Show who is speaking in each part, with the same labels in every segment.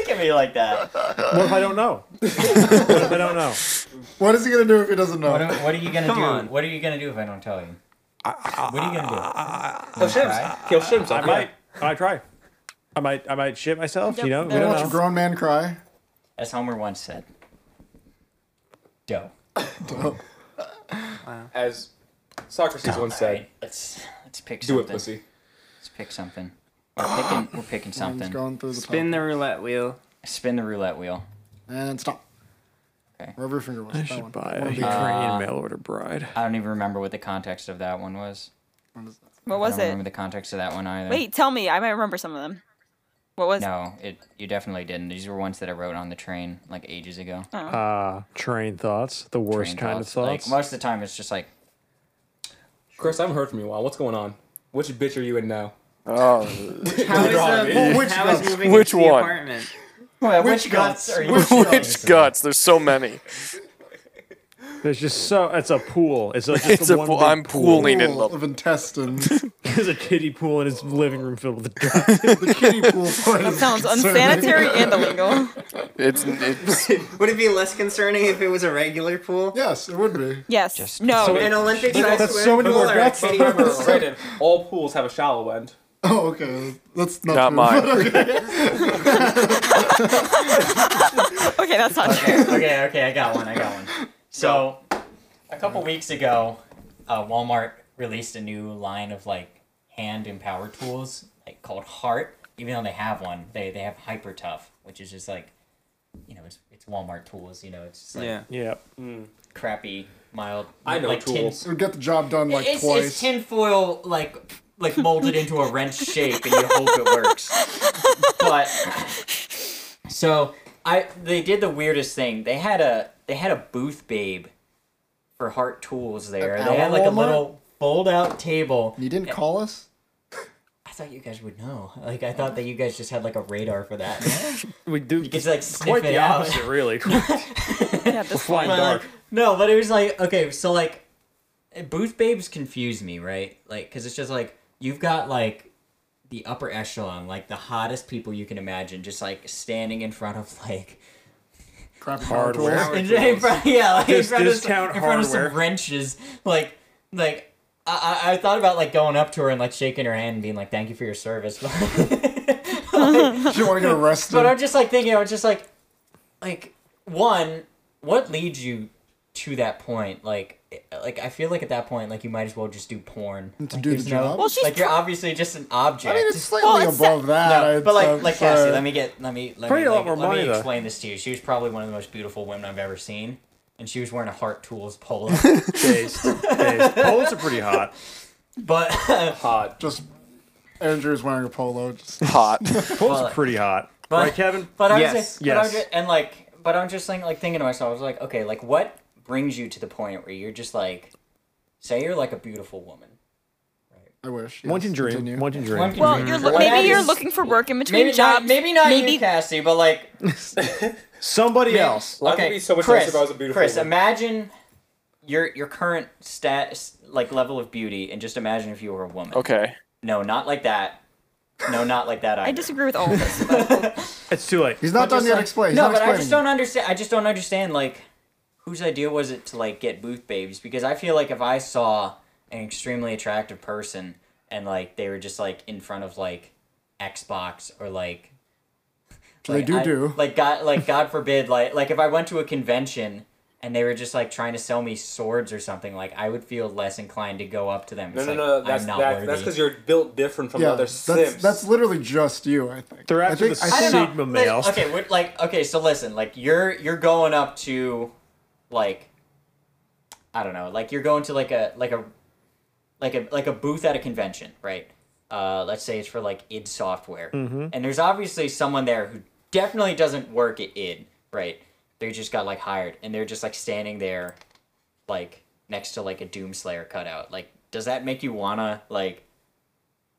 Speaker 1: uh,
Speaker 2: like that.
Speaker 3: What if I don't know? what if I don't know?
Speaker 4: What is he gonna do if he doesn't know?
Speaker 1: What, am- what are you gonna
Speaker 2: Come
Speaker 1: do?
Speaker 2: on.
Speaker 1: What are you gonna do if I don't tell you? what are you gonna
Speaker 5: He'll shit
Speaker 1: Cry?
Speaker 5: himself. He'll shit himself.
Speaker 3: I might. I might try. I might. I might shit myself. You know. We
Speaker 4: Wanna
Speaker 3: don't
Speaker 4: watch a
Speaker 3: know.
Speaker 4: grown man cry.
Speaker 1: do? As Homer once said, "Dough."
Speaker 5: As Socrates once
Speaker 1: All
Speaker 5: said,
Speaker 1: right, let's let's pick
Speaker 5: "Do
Speaker 1: something.
Speaker 5: it, pussy."
Speaker 1: Let's pick something. We're picking, we're picking
Speaker 4: He's
Speaker 1: something.
Speaker 4: going through the
Speaker 2: Spin the roulette wheel.
Speaker 1: Spin the roulette wheel.
Speaker 4: and stop.
Speaker 1: Okay.
Speaker 4: Wherever your finger was.
Speaker 6: I
Speaker 4: that
Speaker 6: should
Speaker 4: one.
Speaker 6: buy
Speaker 4: I
Speaker 6: a
Speaker 4: wanna be-
Speaker 6: Ukrainian mail order bride.
Speaker 1: I don't even remember what the context of that one was.
Speaker 7: What
Speaker 1: I
Speaker 7: was
Speaker 1: don't
Speaker 7: it?
Speaker 1: remember the context of that one either.
Speaker 7: Wait, tell me. I might remember some of them. What was
Speaker 1: No, it you definitely didn't. These were ones that I wrote on the train like ages ago.
Speaker 7: Oh.
Speaker 3: Uh, train thoughts. The worst
Speaker 1: Train
Speaker 3: kind of
Speaker 1: Like,
Speaker 3: thoughts.
Speaker 1: most of the time, it's just like
Speaker 5: Chris, I haven't heard from you in a while. What's going on? Which bitch are you in now?
Speaker 2: How
Speaker 6: Oh,
Speaker 2: is, uh, the,
Speaker 4: Well, which
Speaker 2: how is
Speaker 4: guts?
Speaker 2: moving
Speaker 6: Which
Speaker 2: into the
Speaker 6: one?
Speaker 2: apartment?
Speaker 1: Well,
Speaker 4: Which
Speaker 1: which guts
Speaker 4: guts?
Speaker 1: are you?
Speaker 6: which guts? There's so many.
Speaker 3: There's just so. It's a pool. It's a. Just
Speaker 6: It's
Speaker 3: a
Speaker 6: a
Speaker 3: one
Speaker 6: pool.
Speaker 3: big
Speaker 6: I'm
Speaker 3: pool.
Speaker 6: pooling in
Speaker 4: Pool
Speaker 6: love.
Speaker 4: of intestines.
Speaker 3: There's a kiddie pool in his living room filled with guts.
Speaker 4: the kiddie pool. part is
Speaker 7: Sounds
Speaker 4: concerning.
Speaker 7: unsanitary and illegal.
Speaker 6: It's, it's
Speaker 2: Would it be less concerning if it was a regular pool?
Speaker 4: Yes, it would be.
Speaker 7: Yes.
Speaker 1: Just-
Speaker 7: no.
Speaker 3: So-
Speaker 2: An Olympic
Speaker 3: That's-
Speaker 2: sized
Speaker 3: that's
Speaker 2: swimming
Speaker 3: so many
Speaker 2: pool
Speaker 3: more
Speaker 2: or a
Speaker 3: guts.
Speaker 2: kiddie pool?
Speaker 5: Brandon, all pools have a shallow end.
Speaker 4: Oh, okay. That's not,
Speaker 6: not
Speaker 4: true.
Speaker 6: mine.
Speaker 7: okay, that's not true.
Speaker 1: okay, okay, I got one. I got one. So, a couple weeks ago, uh, Walmart released a new line of like hand and power tools, like called Heart. Even though they have one, they they have Hyper Tough, which is just like, you know, it's, it's Walmart tools. You know, it's just like
Speaker 2: Yeah.
Speaker 3: yeah.
Speaker 1: crappy, mild.
Speaker 5: I know
Speaker 1: like tin-
Speaker 5: tools.
Speaker 4: It would get the job done like
Speaker 1: it's,
Speaker 4: twice.
Speaker 1: it's tinfoil like like molded into a wrench shape and you hope it works but so i they did the weirdest thing they had a they had a booth babe for heart tools there
Speaker 4: At
Speaker 1: they had like a
Speaker 4: Walmart?
Speaker 1: little fold out table
Speaker 4: you didn't call us?
Speaker 1: i thought you guys would know like i thought that you guys just had like a radar for that
Speaker 3: We do.
Speaker 1: you could like sniff
Speaker 3: quite
Speaker 1: it
Speaker 3: the
Speaker 1: out
Speaker 3: opposite, really.
Speaker 7: Yeah, this
Speaker 3: Flying
Speaker 7: one.
Speaker 1: But,
Speaker 3: dark.
Speaker 1: like, no, but it was like okay, so like booth babes confuse me, right? Like cuz it's just like you've got like the upper echelon, like the hottest people you can imagine just like standing in front of like
Speaker 4: Crappy
Speaker 3: Hardware.
Speaker 4: power tools.
Speaker 1: in, in front, yeah, like in
Speaker 3: Dis-
Speaker 1: front, of some,
Speaker 3: discount
Speaker 1: in front of some
Speaker 3: hardware.
Speaker 1: wrenches like like I, I I thought about like going up to her and like shaking her hand and being like thank you for your service.
Speaker 4: You don't want to get arrested.
Speaker 1: But I'm just like thinking, I was just like, like one, what leads you to that point? Like, like I feel like at that point, like you might as well just do porn.
Speaker 4: to
Speaker 1: Like,
Speaker 4: do the
Speaker 1: there's
Speaker 4: job?
Speaker 7: Well, she's
Speaker 1: like you're obviously just an object.
Speaker 4: I mean, it's slightly
Speaker 7: Well, it's-
Speaker 4: above that.
Speaker 1: No,
Speaker 4: I'd
Speaker 1: but like,
Speaker 4: say,
Speaker 1: like Cassie, let me get, let me, let
Speaker 3: Probably
Speaker 1: me,
Speaker 3: a lot
Speaker 1: like,
Speaker 3: more
Speaker 1: let
Speaker 3: money,
Speaker 1: me
Speaker 3: though.
Speaker 1: explain this to you. She was probably one of the most beautiful women I've ever seen, and she was wearing a Heart Tools polo.
Speaker 3: Based. Based. Poles are pretty hot.
Speaker 1: but
Speaker 5: Hot.
Speaker 4: Just Andrew's wearing a polo. Just
Speaker 6: Hot.
Speaker 3: Poles are
Speaker 1: But-
Speaker 3: pretty hot. right, Kevin?
Speaker 1: But I'm
Speaker 2: Yes.
Speaker 1: just, but I'm
Speaker 3: Yes.
Speaker 1: just, and like, but I'm just like, like thinking to myself, I was like, okay, like what brings you to the point where you're just like, say you're like a beautiful woman.
Speaker 4: I wish. Yes,
Speaker 3: One can dream.
Speaker 4: continue.
Speaker 3: One can dream.
Speaker 1: One can
Speaker 7: Well,
Speaker 1: dream.
Speaker 7: you're
Speaker 1: What
Speaker 7: lo- maybe you're
Speaker 1: happens-
Speaker 7: looking for work in between
Speaker 1: Maybe
Speaker 7: jobs.
Speaker 1: not, maybe not
Speaker 7: Maybe
Speaker 1: you, Cassie, but like
Speaker 3: Somebody else.
Speaker 5: Life
Speaker 1: okay,
Speaker 5: would be so much
Speaker 1: Chris,
Speaker 5: nicer if I was a beautiful
Speaker 1: Chris,
Speaker 5: woman.
Speaker 1: imagine your your current status, like level of beauty, and just imagine if you were a woman.
Speaker 6: Okay.
Speaker 1: No, not like that. No, not like that. Either.
Speaker 7: I disagree with all of this.
Speaker 3: It's too late.
Speaker 4: He's not done yet
Speaker 1: Like-
Speaker 4: explaining.
Speaker 1: No,
Speaker 4: He's
Speaker 1: but
Speaker 4: not
Speaker 1: I just
Speaker 4: explaining.
Speaker 1: don't understand. I just don't understand like whose idea was it to like get booth babes? Because I feel like if I saw an extremely attractive person and like they were just like in front of like Xbox or like.
Speaker 4: They do
Speaker 1: I-
Speaker 4: do.
Speaker 1: like God like God forbid like like if I went to a convention and they were just like trying to sell me swords or something like I would feel less inclined to go up to them.
Speaker 5: No,
Speaker 1: It's
Speaker 5: no,
Speaker 1: like,
Speaker 5: no. That's
Speaker 1: I'm not
Speaker 5: that,
Speaker 1: worthy.
Speaker 5: that's because you're built different from
Speaker 4: Yeah,
Speaker 5: other
Speaker 4: that's,
Speaker 5: Sims.
Speaker 4: that's literally just you, I think.
Speaker 3: They're
Speaker 4: I
Speaker 3: after
Speaker 4: think,
Speaker 3: the
Speaker 4: I
Speaker 1: I
Speaker 4: think,
Speaker 1: don't know.
Speaker 3: Sigma
Speaker 1: Like,
Speaker 3: male.
Speaker 1: Okay, we're, like okay, so listen, like you're you're going up to like I don't know, like you're going to like a like a like a like a booth at a convention, right? Uh, let's say it's for like id software, and there's obviously someone there who definitely doesn't work at id, right? They just got like hired, and they're just like standing there, like next to like a Doomslayer cutout. Like, does that make you wanna like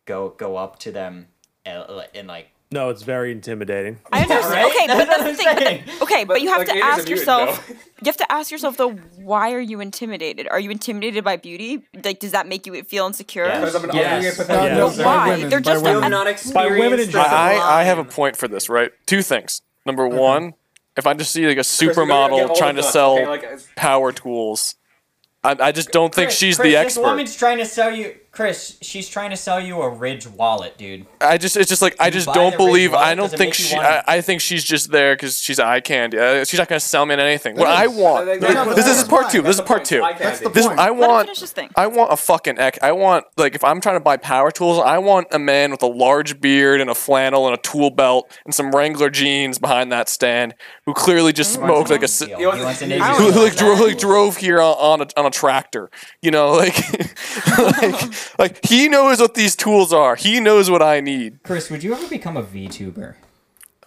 Speaker 1: go go up to them and, and like
Speaker 3: No, it's very intimidating.
Speaker 7: I understand.
Speaker 1: right? That's
Speaker 7: Okay, but
Speaker 1: what
Speaker 7: that's the
Speaker 1: I'm
Speaker 7: thing. but
Speaker 1: saying.
Speaker 7: then- okay, but, you have
Speaker 5: like, it
Speaker 7: to
Speaker 5: is
Speaker 7: ask
Speaker 5: if you would
Speaker 7: yourself.
Speaker 5: know.
Speaker 7: You have to ask yourself though, why are you intimidated? Are you intimidated by beauty? Like, does that make you feel insecure?
Speaker 5: Because I'm an
Speaker 3: Yes.
Speaker 5: ugly and
Speaker 3: Yes.
Speaker 4: not,
Speaker 5: pathetic
Speaker 3: Yeah.
Speaker 4: no,
Speaker 5: loser.
Speaker 4: by
Speaker 7: Why?
Speaker 4: Women,
Speaker 7: They're
Speaker 4: by
Speaker 7: just a-
Speaker 4: women.
Speaker 2: I've not
Speaker 3: women in
Speaker 2: experienced
Speaker 3: general.
Speaker 2: the
Speaker 6: I, I have a
Speaker 2: line.
Speaker 6: point for this, right? Two things. Number one, if I just see like a
Speaker 5: Chris, we gotta get all
Speaker 6: supermodel trying to
Speaker 5: done,
Speaker 6: sell
Speaker 5: okay? Like, uh, it's-
Speaker 6: power tools, I, I just don't think
Speaker 1: Chris,
Speaker 6: she's
Speaker 1: Chris,
Speaker 6: the
Speaker 1: this
Speaker 6: expert.
Speaker 1: woman's trying to sell you. Chris, she's trying to sell you a Ridge wallet, dude.
Speaker 6: I just it's just like I
Speaker 1: you
Speaker 6: just
Speaker 1: buy
Speaker 6: don't
Speaker 1: the Ridge
Speaker 6: believe
Speaker 1: wallet?
Speaker 6: I don't
Speaker 1: Does it
Speaker 6: think
Speaker 1: make you
Speaker 6: she
Speaker 1: want
Speaker 6: I,
Speaker 1: it?
Speaker 6: I think she's just there because she's eye candy. Uh, she's not gonna sell me anything. What I
Speaker 4: is-
Speaker 6: want
Speaker 5: that's
Speaker 6: this,
Speaker 5: not
Speaker 4: the
Speaker 6: this is
Speaker 4: point.
Speaker 6: part two. This is
Speaker 5: That's
Speaker 6: part
Speaker 5: the
Speaker 6: two.
Speaker 5: point.
Speaker 4: That's the
Speaker 6: This
Speaker 4: point.
Speaker 6: I
Speaker 7: Let him
Speaker 6: want
Speaker 7: finish this thing.
Speaker 6: I want a fucking ex. I want like if I'm trying to buy power tools, I want a man with a large beard and a flannel and a tool belt and some Wrangler jeans behind that stand who clearly just smoked like a c-
Speaker 1: Yo,
Speaker 6: who,
Speaker 1: he
Speaker 5: wants-
Speaker 1: wants an
Speaker 5: I
Speaker 1: Asian
Speaker 7: don't
Speaker 6: who
Speaker 1: wallet.
Speaker 6: like drove who, like drove here on, on a on a tractor. You know, like, like like he knows what these tools are. He knows what I need.
Speaker 1: Chris, would you ever become a VTuber?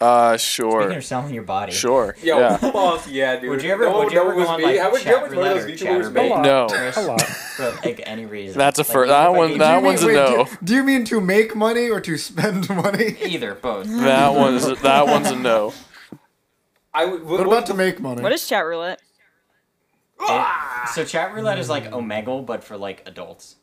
Speaker 6: Uh,
Speaker 1: Speaking
Speaker 6: sure,
Speaker 1: of selling your body.
Speaker 6: sure.
Speaker 5: Yo,
Speaker 6: yeah.
Speaker 5: fuck yeah, dude.
Speaker 1: Would you ever-
Speaker 5: No one
Speaker 1: would you ever
Speaker 5: knows
Speaker 1: go on,
Speaker 5: me.
Speaker 1: like,
Speaker 5: How much- how
Speaker 1: chat
Speaker 5: much money those
Speaker 1: roulette or
Speaker 5: VTubers
Speaker 1: chat
Speaker 5: make?
Speaker 3: roulette?
Speaker 6: No.
Speaker 1: Chris,
Speaker 3: Hello.
Speaker 1: for like any reason.
Speaker 6: That's a
Speaker 1: Like,
Speaker 6: fir-
Speaker 1: even
Speaker 6: that
Speaker 1: if I
Speaker 6: one-
Speaker 1: gave
Speaker 6: that
Speaker 1: you-
Speaker 4: Do you
Speaker 6: one's a
Speaker 4: mean, wait,
Speaker 6: no.
Speaker 4: Do, do you mean to make money or to spend money?
Speaker 1: Either, both.
Speaker 6: That one's that one's a no.
Speaker 5: I would.
Speaker 4: What about to make money?
Speaker 7: What is chat roulette?
Speaker 1: So chat roulette is like Omegle, but for like adults.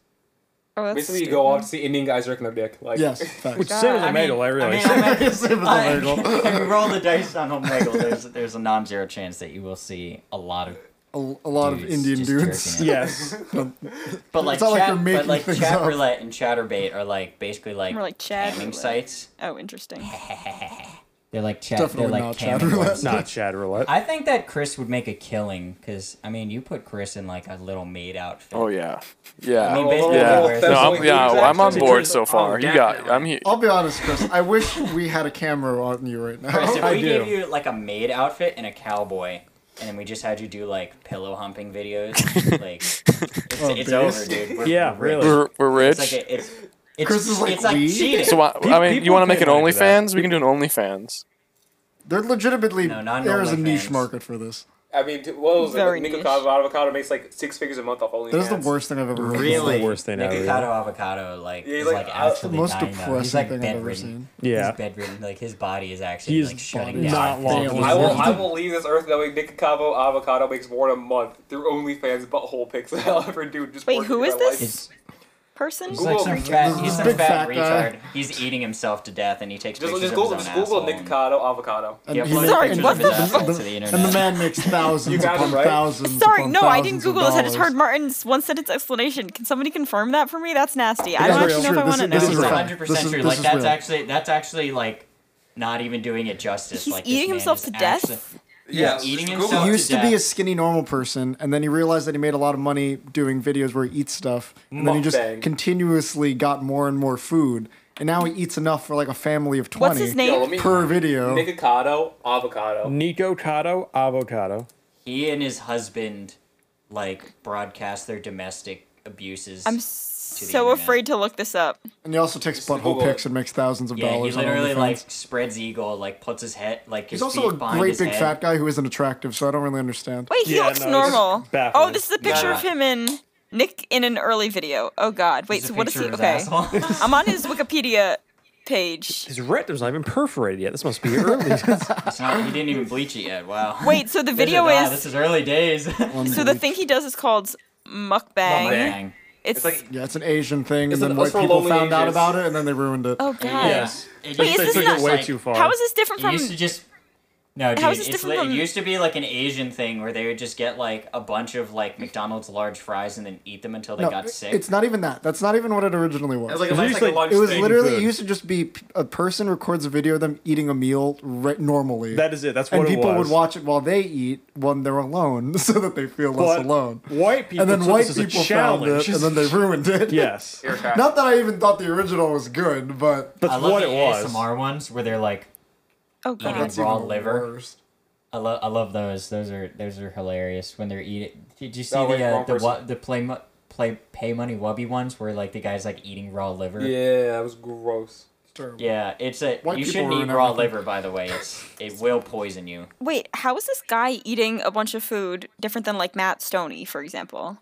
Speaker 7: Oh, that's
Speaker 5: Basically, you
Speaker 7: stupid.
Speaker 5: go off to see Indian guys jerking their dick. Like,
Speaker 4: yes, facts.
Speaker 3: Which same as
Speaker 7: I mean-
Speaker 3: Omegle, I, realize.
Speaker 1: I mean, Omegle-
Speaker 4: It's even
Speaker 1: I-
Speaker 4: illegal.
Speaker 1: if you roll the dice on Omegle, there's there's a non-zero chance that you will see a lot of
Speaker 4: A, a lot of
Speaker 1: Dudes
Speaker 4: Indian
Speaker 1: just
Speaker 4: dudes.
Speaker 1: jerking it.
Speaker 3: yes.
Speaker 1: but like
Speaker 4: It's not like
Speaker 1: chat,
Speaker 4: they're
Speaker 1: but
Speaker 4: making
Speaker 1: like
Speaker 4: things
Speaker 1: chat
Speaker 4: up.
Speaker 1: roulette and chatterbait are like basically like
Speaker 7: More like chat
Speaker 1: camming
Speaker 7: roulette.
Speaker 1: sites.
Speaker 7: Oh, interesting.
Speaker 1: They're like chat.
Speaker 4: Definitely
Speaker 1: they're like
Speaker 4: not
Speaker 1: chat
Speaker 4: chat
Speaker 1: roulette.
Speaker 4: roulette.
Speaker 3: Not Chad Roulette.
Speaker 1: I think that Chris would make a killing because I mean you put Chris in like a little maid outfit.
Speaker 6: Oh
Speaker 1: I
Speaker 6: yeah,
Speaker 1: mean,
Speaker 6: yeah,
Speaker 1: basically,
Speaker 6: yeah.
Speaker 1: wears-
Speaker 6: No,
Speaker 5: That's
Speaker 6: I'm,
Speaker 5: what
Speaker 6: yeah,
Speaker 5: we do,
Speaker 6: I'm on
Speaker 5: exactly.
Speaker 6: board so far.
Speaker 5: Oh,
Speaker 6: You got,
Speaker 5: definitely.
Speaker 6: I'm here.
Speaker 4: I'll be honest, Chris. I wish we had a camera on you right now.
Speaker 1: Chris, if
Speaker 3: I
Speaker 1: we
Speaker 3: do.
Speaker 1: gave you like a maid outfit and a cowboy, and then we just had you do like pillow humping videos, like it's,
Speaker 4: Oh,
Speaker 1: it's
Speaker 4: beast.
Speaker 1: over, dude. We're,
Speaker 3: Yeah,
Speaker 1: we're rich.
Speaker 3: really.
Speaker 6: We're, we're
Speaker 1: It's
Speaker 6: rich.
Speaker 1: like a, it's it's,
Speaker 4: Chris is like,
Speaker 1: it's like
Speaker 4: "We?"
Speaker 1: cheating.
Speaker 6: So I,
Speaker 3: Pe-
Speaker 6: I mean, you
Speaker 3: people
Speaker 6: want to make
Speaker 3: pay
Speaker 6: an
Speaker 3: money for that.
Speaker 6: OnlyFans? We can do an OnlyFans.
Speaker 4: There legitimately
Speaker 1: No, not
Speaker 4: there is a
Speaker 1: OnlyFans.
Speaker 4: niche market for this.
Speaker 5: I mean, t- what was
Speaker 7: Very
Speaker 5: it? Nico
Speaker 7: niche.
Speaker 5: Avocado makes like six figures a month off OnlyFans.
Speaker 4: That is the worst thing I've ever heard.
Speaker 3: It's
Speaker 2: Really?
Speaker 3: the worst thing ever.
Speaker 1: avocado, avocado, like
Speaker 5: Yeah,
Speaker 1: is
Speaker 5: like,
Speaker 1: like
Speaker 5: uh,
Speaker 1: actually
Speaker 4: The most
Speaker 1: dying now. He's
Speaker 4: depressing
Speaker 1: like
Speaker 4: thing I've ever
Speaker 1: bedridden.
Speaker 4: seen.
Speaker 3: Yeah.
Speaker 1: He's bedridden. Like his body is actually
Speaker 3: He's
Speaker 1: like shutting
Speaker 4: body is
Speaker 1: down.
Speaker 3: not long for this
Speaker 5: I will,
Speaker 3: world.
Speaker 5: I will leave this earth knowing Nick Cavo Avocado makes more in a month through OnlyFans butthole pics than I'll ever do. Just
Speaker 7: Wait,
Speaker 5: working
Speaker 7: who
Speaker 5: my
Speaker 7: is this?
Speaker 5: life.
Speaker 1: It's-
Speaker 7: Person?
Speaker 1: He's like
Speaker 5: Google
Speaker 1: some
Speaker 5: this-
Speaker 1: fat,
Speaker 4: this
Speaker 1: he's some
Speaker 4: big
Speaker 1: fat,
Speaker 4: fat
Speaker 1: retard.
Speaker 4: guy.
Speaker 1: He's eating himself to death, and he takes
Speaker 5: Just,
Speaker 1: pictures
Speaker 5: just Google,
Speaker 1: of his
Speaker 5: just
Speaker 1: own
Speaker 5: Google
Speaker 1: asshole
Speaker 5: Nick
Speaker 1: and-
Speaker 5: Cavo Avocado.
Speaker 4: And
Speaker 1: Yeah,
Speaker 4: he
Speaker 1: uploads
Speaker 4: makes-
Speaker 7: Sorry,
Speaker 1: pictures
Speaker 7: what
Speaker 1: of his
Speaker 7: the
Speaker 1: asshole
Speaker 7: fuck?
Speaker 1: to the internet.
Speaker 4: And the man makes thousands
Speaker 5: got
Speaker 4: upon
Speaker 5: it, right?
Speaker 4: thousands.
Speaker 7: Sorry,
Speaker 4: upon
Speaker 7: no, I didn't
Speaker 4: thousands of
Speaker 7: Google this. I just
Speaker 4: dollars.
Speaker 7: heard Martin's one sentence explanation. Can somebody confirm that for me? That's nasty.
Speaker 4: This
Speaker 7: I don't
Speaker 4: is
Speaker 7: actually know if
Speaker 4: real.
Speaker 7: I want to
Speaker 4: This is
Speaker 7: know.
Speaker 1: It's
Speaker 4: real.
Speaker 1: hundred
Speaker 4: This
Speaker 1: percent
Speaker 4: is-
Speaker 1: true.
Speaker 4: this
Speaker 1: Like
Speaker 4: is
Speaker 1: that's
Speaker 4: real.
Speaker 1: actually that's actually like not even doing it justice.
Speaker 7: He's
Speaker 1: like this
Speaker 7: eating
Speaker 1: man
Speaker 7: himself
Speaker 1: is
Speaker 7: to death?
Speaker 1: actually- eating himself
Speaker 4: He
Speaker 1: to
Speaker 4: used to be
Speaker 1: death.
Speaker 4: a skinny normal person, and then he realized that he made a lot of money doing videos where he eats stuff, and then he just
Speaker 5: Mukbang.
Speaker 4: continuously got more and more food, and now he eats enough for like a family of twenty
Speaker 7: What's his
Speaker 5: Yo,
Speaker 7: name?
Speaker 5: let me
Speaker 4: per video.
Speaker 5: Nick Cavo Avocado.
Speaker 3: Nico Cado Avocado.
Speaker 1: he and his husband like broadcast their domestic abuses.
Speaker 7: I'm so
Speaker 1: internet.
Speaker 7: afraid to look this up.
Speaker 4: And he also takes butthole
Speaker 5: Google
Speaker 4: pics
Speaker 5: it.
Speaker 4: and makes thousands of
Speaker 1: yeah, he
Speaker 4: dollars. on
Speaker 1: literally
Speaker 4: OnlyFans.
Speaker 1: like spreads eagle, like puts his head like his
Speaker 4: He's also
Speaker 1: feet
Speaker 4: a
Speaker 1: behind
Speaker 4: great
Speaker 1: his
Speaker 4: big
Speaker 1: head.
Speaker 4: fat guy who isn't attractive, so I don't really understand.
Speaker 7: Wait, he
Speaker 3: Yeah,
Speaker 7: looks
Speaker 3: no, it's
Speaker 7: normal. Oh,
Speaker 3: baffling.
Speaker 7: this is a picture
Speaker 1: Nah.
Speaker 7: of him in Nick in an early video. Oh God. Wait,
Speaker 1: It's a
Speaker 7: so what is he?
Speaker 1: picture of
Speaker 7: Okay,
Speaker 1: his asshole.
Speaker 7: I'm on his Wikipedia page.
Speaker 3: His rectum's not even perforated yet. This must be early.
Speaker 1: It's not- he didn't even bleach it yet. Wow.
Speaker 7: Wait, so the
Speaker 1: This
Speaker 7: video
Speaker 1: wow, this
Speaker 7: is
Speaker 1: is early days.
Speaker 7: so the thing he does is called mukbang.
Speaker 1: Bang.
Speaker 7: It's
Speaker 5: like-
Speaker 4: Yeah, it's an Asian thing,
Speaker 5: It's
Speaker 4: and then
Speaker 5: an-
Speaker 4: white
Speaker 5: it's for
Speaker 4: people
Speaker 5: lonely
Speaker 4: found out
Speaker 5: Asians.
Speaker 4: about it, and then they ruined it.
Speaker 7: oh God.
Speaker 3: yes.
Speaker 1: It
Speaker 7: Wait,
Speaker 1: used to
Speaker 3: They
Speaker 7: is this
Speaker 1: be
Speaker 3: took
Speaker 7: not-
Speaker 3: it way
Speaker 1: like-
Speaker 3: too far.
Speaker 7: How is this different
Speaker 1: It
Speaker 7: from?
Speaker 1: used to just no, dude.
Speaker 7: How is this
Speaker 1: it's
Speaker 7: different
Speaker 1: li-
Speaker 7: from-
Speaker 1: It used to be like an Asian thing where they would just get like a bunch of like McDonald's large fries and then eat them until they
Speaker 4: no,
Speaker 1: got
Speaker 4: it-
Speaker 1: sick.
Speaker 4: Oh, it's not even that. That's not even what it originally was.
Speaker 5: It's like, a-
Speaker 3: It's
Speaker 5: it's like a
Speaker 3: usually-
Speaker 5: lunch
Speaker 4: it was
Speaker 5: thing.
Speaker 4: literally
Speaker 3: food.
Speaker 4: it used to just be p- a person records a video of them eating a meal re- normally.
Speaker 3: That is it. That's what
Speaker 4: and
Speaker 3: it
Speaker 4: people
Speaker 3: was.
Speaker 4: would watch it while they eat when they're alone, so that they feel less
Speaker 3: But
Speaker 4: alone.
Speaker 3: White people.
Speaker 4: And then
Speaker 3: took
Speaker 4: white
Speaker 3: this as a
Speaker 4: people found
Speaker 3: challenge.
Speaker 4: it, and then they ruined it.
Speaker 3: yes.
Speaker 5: Here, Pat.
Speaker 4: Not that I even thought the original was good, but
Speaker 3: That's
Speaker 1: I love
Speaker 3: what
Speaker 1: the
Speaker 3: it was.
Speaker 1: ASMR ones where they're like
Speaker 7: oh
Speaker 1: eating
Speaker 7: God.
Speaker 4: That's
Speaker 1: raw
Speaker 4: even
Speaker 1: liver.
Speaker 4: worse.
Speaker 1: I love I love those. Those are those are hilarious when they're eating. Did you see
Speaker 5: Oh, wait,
Speaker 1: the uh,
Speaker 5: wrong
Speaker 1: the wa-
Speaker 5: person.
Speaker 1: the play mo- play pay money wubby ones where like the guy's like eating raw liver?
Speaker 5: Yeah, that was gross.
Speaker 4: It's terrible.
Speaker 1: Yeah, it's a
Speaker 4: White
Speaker 1: you
Speaker 4: people
Speaker 1: shouldn't
Speaker 4: ruin
Speaker 1: eat raw
Speaker 4: everything.
Speaker 1: liver by the way. It's it will poison you.
Speaker 7: Wait, how is this guy eating a bunch of food different than like Matt Stoney, for example?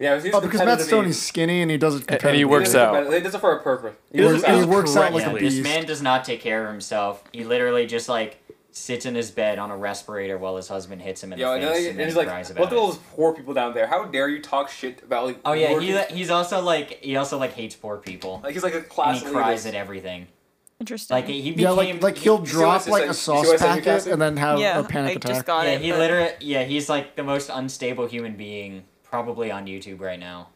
Speaker 5: Yeah, it was, he was
Speaker 4: Oh, because Matt
Speaker 5: competitive
Speaker 4: Stone
Speaker 5: eating.
Speaker 4: is skinny and he does it
Speaker 6: and he
Speaker 4: competitively.
Speaker 6: works out.
Speaker 5: He does it for a purpose.
Speaker 3: It
Speaker 4: He works,
Speaker 3: doesn't
Speaker 4: he
Speaker 3: sound
Speaker 4: works out like
Speaker 3: correctly.
Speaker 4: a
Speaker 1: This
Speaker 4: beast.
Speaker 1: man does not take care of himself. He literally just like sits in his bed on a respirator while his husband hits him in
Speaker 5: Yo,
Speaker 1: the
Speaker 5: and, then,
Speaker 1: face
Speaker 5: he-
Speaker 1: and
Speaker 5: and
Speaker 1: then
Speaker 5: he's
Speaker 1: he
Speaker 5: like,
Speaker 1: cries
Speaker 5: "What
Speaker 1: about
Speaker 5: the
Speaker 1: it.
Speaker 5: those poor people down there? How dare you talk shit about like?"
Speaker 1: oh yeah,
Speaker 5: poor
Speaker 1: he,
Speaker 5: people?"
Speaker 1: he's also like he also like hates poor people.
Speaker 5: like he's like a
Speaker 1: and
Speaker 5: class
Speaker 1: he cries at
Speaker 5: leader.
Speaker 1: everything.
Speaker 7: Interesting.
Speaker 1: Like he became
Speaker 4: yeah, like like he'll
Speaker 5: see what I
Speaker 4: drop
Speaker 5: said,
Speaker 4: like
Speaker 5: so-
Speaker 4: a
Speaker 5: you
Speaker 4: sauce
Speaker 5: see what I said, you
Speaker 4: packet
Speaker 5: casted?
Speaker 4: and then have
Speaker 7: yeah,
Speaker 4: a Oh, panic
Speaker 7: I
Speaker 4: attack.
Speaker 7: just got
Speaker 1: yeah,
Speaker 7: it.
Speaker 1: he
Speaker 7: but-
Speaker 1: literally yeah, he's like the most unstable human being probably on YouTube right now.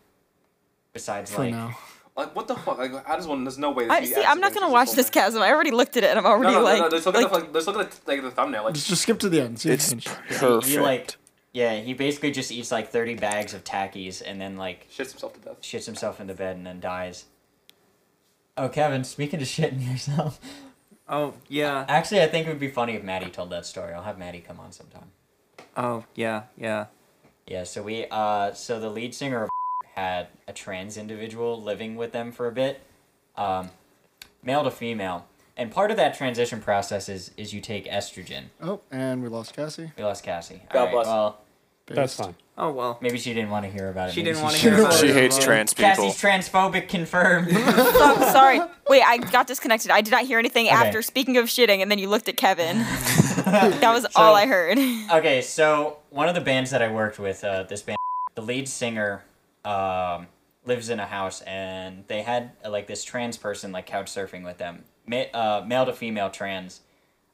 Speaker 1: Besides
Speaker 4: for
Speaker 1: like
Speaker 4: now.
Speaker 5: Like what the fuck? Like I just want. There's no way. This
Speaker 7: I,
Speaker 5: he
Speaker 7: see, I'm not
Speaker 5: accidentally
Speaker 7: gonna
Speaker 5: just
Speaker 7: watch
Speaker 5: pulled
Speaker 7: this
Speaker 5: it.
Speaker 7: chasm. I already looked at it, and I'm
Speaker 5: No,
Speaker 7: already
Speaker 5: no, no,
Speaker 7: like,
Speaker 5: no. Just look
Speaker 7: like
Speaker 5: at the fuck- just look at the, like the thumbnail. Like
Speaker 4: Just, just skip to the end. See if
Speaker 6: It's
Speaker 4: you can-
Speaker 6: perfect.
Speaker 1: he like yeah, he basically just eats like 30 bags of tackies and then like
Speaker 5: shits himself to death.
Speaker 1: shits himself in the bed and then dies. Oh, Kevin, speaking of shitting yourself.
Speaker 2: Oh yeah.
Speaker 1: Actually, I think it would be funny if Maddie told that story. I'll have Maddie come on sometime.
Speaker 2: Oh yeah. Yeah.
Speaker 1: Yeah, so we uh so the lead singer of had a trans individual living with them for a bit. Um male to female. And part of that transition process is is you take estrogen.
Speaker 4: Oh, and we lost Cassie.
Speaker 1: We lost Cassie.
Speaker 5: God bless.
Speaker 1: Well,
Speaker 3: That's
Speaker 4: Based.
Speaker 3: fine.
Speaker 2: Oh well.
Speaker 1: maybe she didn't want to hear about it.
Speaker 2: She
Speaker 1: Maybe
Speaker 2: didn't want to
Speaker 4: she-
Speaker 2: hear about
Speaker 6: She
Speaker 2: it.
Speaker 6: hates
Speaker 2: Well,
Speaker 6: trans people.
Speaker 1: Cassie's transphobic confirmed.
Speaker 7: Oh, sorry. Wait, I got disconnected. I did not hear anything
Speaker 1: Okay.
Speaker 7: after speaking of shitting, and then you looked at Kevin. that was all I heard.
Speaker 1: okay, so one of the bands that I worked with, uh, this band, the lead singer, um, lives in a house, and they had uh, like this trans person like couch surfing with them, ma- uh, male to female trans.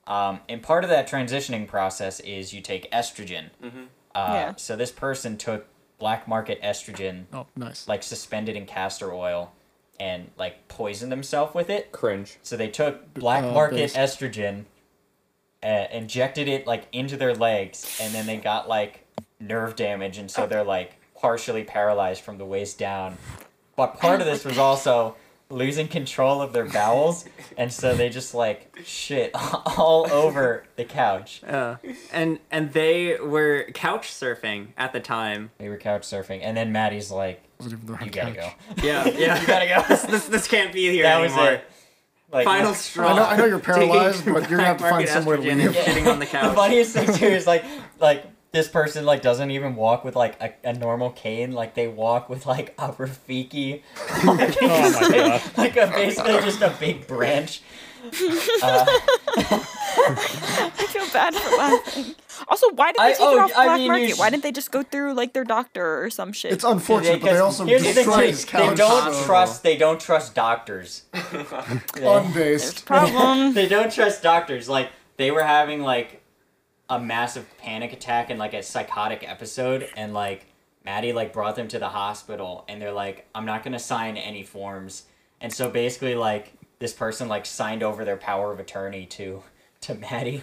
Speaker 1: Um, and part of that transitioning process is you take estrogen. Mm-hmm. Uh,
Speaker 7: Yeah.
Speaker 1: So this person took black market estrogen,
Speaker 4: Oh, nice.
Speaker 1: like suspended in castor oil, and like poisoned themself with it.
Speaker 5: Cringe.
Speaker 1: So they took black
Speaker 4: uh,
Speaker 1: market
Speaker 4: based.
Speaker 1: estrogen, uh, injected it like into their legs, and then they got like nerve damage,
Speaker 2: Ah.
Speaker 1: and so they're like partially paralyzed from the waist down. But part of this was also losing control of their bowels, and so they just like shit all over the couch.
Speaker 2: Uh, And and they were couch surfing at the time.
Speaker 1: They were couch surfing, and then Maddie's like,
Speaker 4: Wasn't even the right
Speaker 1: "You gotta
Speaker 4: couch.
Speaker 1: go.
Speaker 2: Yeah. Yeah.
Speaker 1: you gotta go."
Speaker 2: This this can't be here
Speaker 1: that was
Speaker 2: anymore.
Speaker 1: it. Like
Speaker 2: Final straw.
Speaker 4: I know- I know you're paralyzed,
Speaker 2: Taking
Speaker 4: but you're gonna have to find
Speaker 2: black market
Speaker 4: somewhere to
Speaker 2: estrogen
Speaker 4: leave.
Speaker 2: and Shitting on the couch.
Speaker 1: The funniest thing too is like like this person like doesn't even walk with like a, a normal cane, like they walk with like a Rafiki,
Speaker 3: Oh my god.
Speaker 1: like a basically just a big branch.
Speaker 7: I feel bad for laughing. Also, why did they
Speaker 1: I-
Speaker 7: take
Speaker 1: oh,
Speaker 7: it off
Speaker 1: I
Speaker 7: black
Speaker 1: mean, you
Speaker 7: market?
Speaker 1: sh-
Speaker 7: Why didn't they just go through like their doctor or some shit?
Speaker 4: It's unfortunate, but they
Speaker 1: Because
Speaker 4: also
Speaker 1: here's the thing,
Speaker 4: destroyed
Speaker 1: too,
Speaker 4: his
Speaker 1: they
Speaker 4: couch.
Speaker 1: don't
Speaker 2: so-
Speaker 1: trust they don't trust doctors. they,
Speaker 4: Unbased.
Speaker 2: Mm-hmm.
Speaker 7: problem.
Speaker 1: they don't trust doctors. Like they were having like a massive panic attack and like a psychotic episode and like Maddie like brought them to the hospital and they're like, I'm not gonna sign any forms. And so basically like this person like signed over their power of attorney to to Maddie.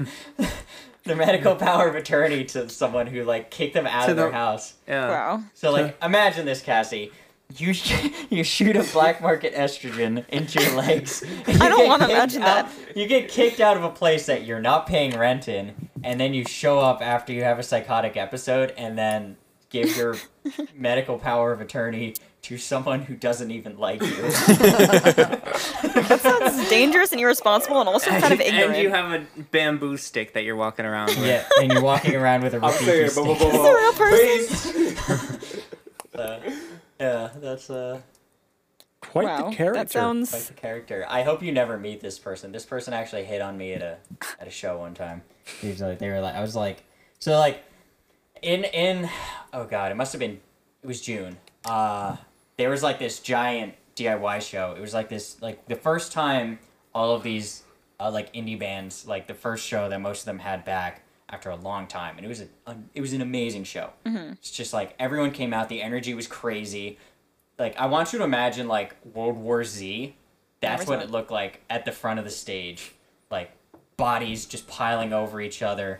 Speaker 1: their medical power of attorney to someone who like kicked them out
Speaker 2: To
Speaker 1: of their
Speaker 2: the-
Speaker 1: house.
Speaker 2: yeah.
Speaker 7: wow.
Speaker 1: So like imagine this, Cassie. You sh- you shoot a black market estrogen into your legs.
Speaker 7: I don't wanna imagine that.
Speaker 1: You get kicked out of a place that you're not paying rent in, and then you show up after you have a psychotic episode, and then give your medical power of attorney to someone who doesn't even like you.
Speaker 7: This is dangerous and irresponsible and also kind of ignorant.
Speaker 2: And you have a bamboo stick that you're walking around with.
Speaker 1: yeah, and you're walking around with a
Speaker 5: I'm
Speaker 1: repeating
Speaker 5: saying, blah, blah, blah,
Speaker 1: stick.
Speaker 5: blah.
Speaker 7: a real
Speaker 5: Please.
Speaker 1: Yeah, that's uh,
Speaker 3: Quite
Speaker 7: wow.
Speaker 3: the character.
Speaker 7: That sounds.
Speaker 1: quite the character. I hope you never meet this person. This person actually hit on me at a at a show one time. He was like, they were like, I was like, so like, in in, oh god, it must have been, it was June. Uh, there was like this giant DIY show. It was like this like the first time all of these uh, like indie bands like the first show that most of them had back after a long time, and it was a, an- it was an amazing show.
Speaker 7: Mm-hmm.
Speaker 1: It's just like everyone came out. The energy was crazy like I want you to imagine like World War Z. That's
Speaker 7: Never
Speaker 1: what
Speaker 7: saw
Speaker 1: it looked like at the front of the stage, like bodies just piling over each other,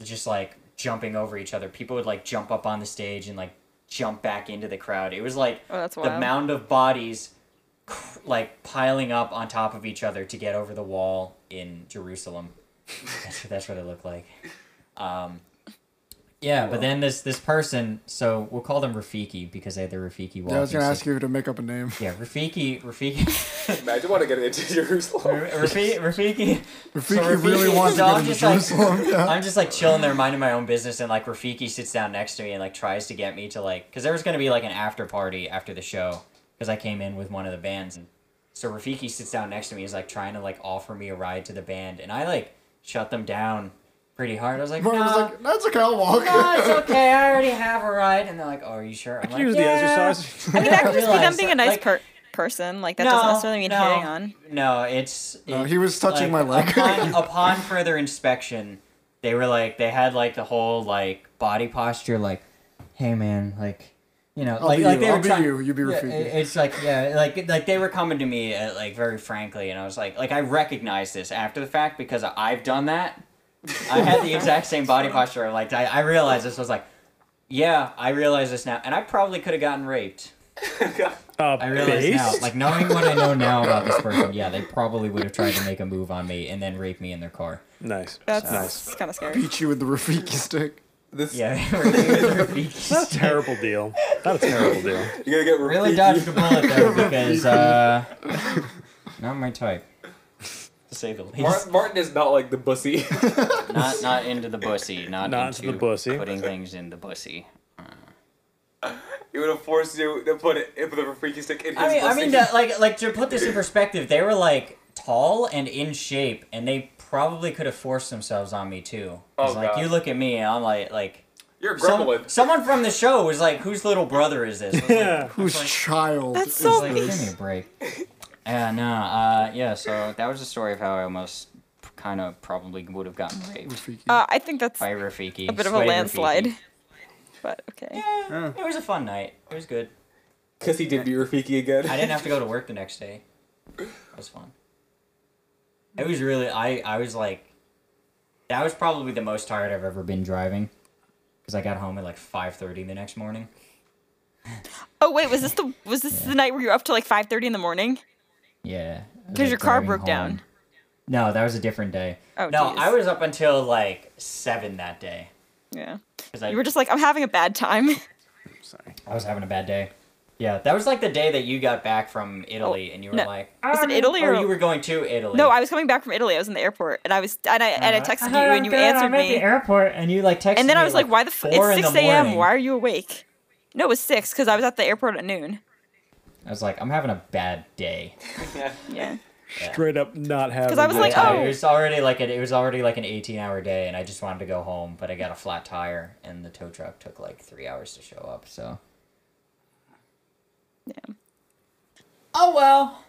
Speaker 1: just like jumping over each other. People would like jump up on the stage and like jump back into the crowd. It was like
Speaker 7: Oh, that's
Speaker 1: the
Speaker 7: wild.
Speaker 1: mound of bodies, cr- like piling up on top of each other to get over the wall in Jerusalem. that's, that's what it looked like. Um, Yeah, but then this this person, so we'll call them Rafiki because they had their Rafiki walk.
Speaker 4: Yeah, I was gonna ask you to make up a name.
Speaker 1: Yeah, Rafiki, Rafiki.
Speaker 5: Imagine want to get into Jerusalem.
Speaker 1: Rafiki, Rafiki.
Speaker 4: Rafiki really wants to
Speaker 1: so
Speaker 4: get
Speaker 1: I'm
Speaker 4: into
Speaker 1: just like-
Speaker 4: Jerusalem. yeah.
Speaker 1: I'm just like chilling there, minding my own business, and like Rafiki sits down next to me and like tries to get me to like, because there was gonna be like an after party after the show, because I came in with one of the bands, and so Rafiki sits down next to me, is like trying to like offer me a ride to the band, and I like shut them down pretty hard. I was like,
Speaker 4: Mark was
Speaker 1: "Nah,
Speaker 4: like, that's okay, I'll walk.
Speaker 1: nah, it's okay, I already have a ride, and they're like, oh, are you sure? I'm like,
Speaker 3: Use the
Speaker 1: "Yeah."
Speaker 3: exercise.
Speaker 7: I mean, that could just be
Speaker 1: realize
Speaker 7: them being
Speaker 1: that,
Speaker 7: a nice
Speaker 1: like-
Speaker 7: per- person. Like that
Speaker 1: no,
Speaker 7: doesn't necessarily mean
Speaker 1: no,
Speaker 7: hitting on.
Speaker 1: No, it's.
Speaker 4: No,
Speaker 1: it-
Speaker 4: he was touching
Speaker 1: like,
Speaker 4: my leg.
Speaker 1: upon, upon further inspection, they were like they had like the whole like body posture like, hey man, like you know,
Speaker 4: I'll
Speaker 1: like
Speaker 4: be
Speaker 1: like
Speaker 4: you,
Speaker 1: they
Speaker 4: I'll
Speaker 1: were
Speaker 4: be
Speaker 1: trying-
Speaker 4: you, you be
Speaker 1: yeah,
Speaker 4: Rafiki.
Speaker 1: it- It's like yeah, like like they were coming to me uh like very frankly, and I was like like I recognize this after the fact because I've done that. I had the exact same body posture. Like I, I realized this I was like, yeah, I realize this now, and I probably could have gotten raped.
Speaker 3: Uh,
Speaker 1: I realize now, like knowing what I know now about this person, yeah, they probably would have tried to make a move on me and then rape me in their car.
Speaker 3: nice.
Speaker 7: That's
Speaker 3: nice.
Speaker 7: kind of scary.
Speaker 4: Beat you with the Rafiki stick.
Speaker 5: This
Speaker 1: Yeah, they were- they were freaky.
Speaker 3: Terrible deal. Not a terrible deal.
Speaker 5: you're gonna get
Speaker 1: really
Speaker 5: Rafiki.
Speaker 1: dodged a bullet there because uh, not my type, to say the least.
Speaker 5: Martin, Martin is not like the bussy.
Speaker 1: Not not into the bussy, not,
Speaker 3: Not into
Speaker 1: into
Speaker 3: the bussy.
Speaker 1: putting things in the bussy.
Speaker 5: he would have forced you to put it put the Rafiki stick in his
Speaker 1: I mean, I
Speaker 5: bussy.
Speaker 1: mean, to, like like to put this in perspective, they were like tall and in shape, and they probably could have forced themselves on me too. 'Cause,
Speaker 5: Oh,
Speaker 1: like
Speaker 5: God.
Speaker 1: you look at me, and I'm like like.
Speaker 5: you're a
Speaker 1: Some-
Speaker 5: gremlin.
Speaker 1: someone from the show was like, "Whose little brother is this?" I was like,
Speaker 3: Yeah.
Speaker 4: Whose child?
Speaker 7: That's
Speaker 4: is
Speaker 7: so
Speaker 1: I was like,
Speaker 4: this?
Speaker 1: "Give me a break." Yeah, no, uh, yeah. So that was the story of how I almost kind of probably would have gotten raped
Speaker 4: Rafiki.
Speaker 7: Uh, I think that's
Speaker 1: by Rafiki.
Speaker 7: a bit of a
Speaker 1: Sway Rafiki.
Speaker 7: landslide. But okay.
Speaker 1: Yeah, it was a fun night. It was good.
Speaker 5: Because he did be Rafiki again.
Speaker 1: I didn't have to go to work the next day. That was fun. It was really I I was like that was probably the most tired I've ever been driving cuz I got home at like 5:30 the next morning.
Speaker 7: Oh wait, was this the was this the night where you were up till like five thirty in the morning?
Speaker 1: Yeah. I was,
Speaker 7: 'Cause your car
Speaker 1: driving
Speaker 7: broke down.
Speaker 1: home. No, that was a different day.
Speaker 7: Oh,
Speaker 1: no,
Speaker 7: geez.
Speaker 1: I was up until like 7 that day
Speaker 7: Yeah.
Speaker 1: 'cause I
Speaker 7: You were just like, I'm having a bad time.
Speaker 1: I was having a bad day. Yeah, that was like the day that you got back from Italy and you were
Speaker 7: Oh, no.
Speaker 1: like
Speaker 7: Was it Italy
Speaker 1: or
Speaker 7: or-
Speaker 1: you were going to Italy?
Speaker 7: No, I was coming back from Italy. I was in the airport, and I was and I and
Speaker 1: Uh-huh.
Speaker 7: I texted you,
Speaker 1: "Hi,
Speaker 7: and
Speaker 1: I'm
Speaker 7: you
Speaker 1: good,
Speaker 7: answered
Speaker 1: uh, I'm at the
Speaker 7: me.
Speaker 1: airport, and you like texted
Speaker 7: And then
Speaker 1: me
Speaker 7: I was like, Why the f-
Speaker 1: four
Speaker 7: It's
Speaker 1: in the
Speaker 7: six a.m.
Speaker 1: morning.
Speaker 7: Why are you awake? No, it was six because I was at the airport at noon.
Speaker 1: I was like, I'm having a bad day.
Speaker 7: Yeah.
Speaker 3: Straight up not having.
Speaker 7: 'Cause I was
Speaker 3: it.
Speaker 7: like,
Speaker 1: I-
Speaker 7: oh.
Speaker 1: it was already like an, it was already like an 18 hour day, and I just wanted to go home, but I got a flat tire, and the tow truck took like three hours to show up. So.
Speaker 7: Yeah.
Speaker 1: Oh well.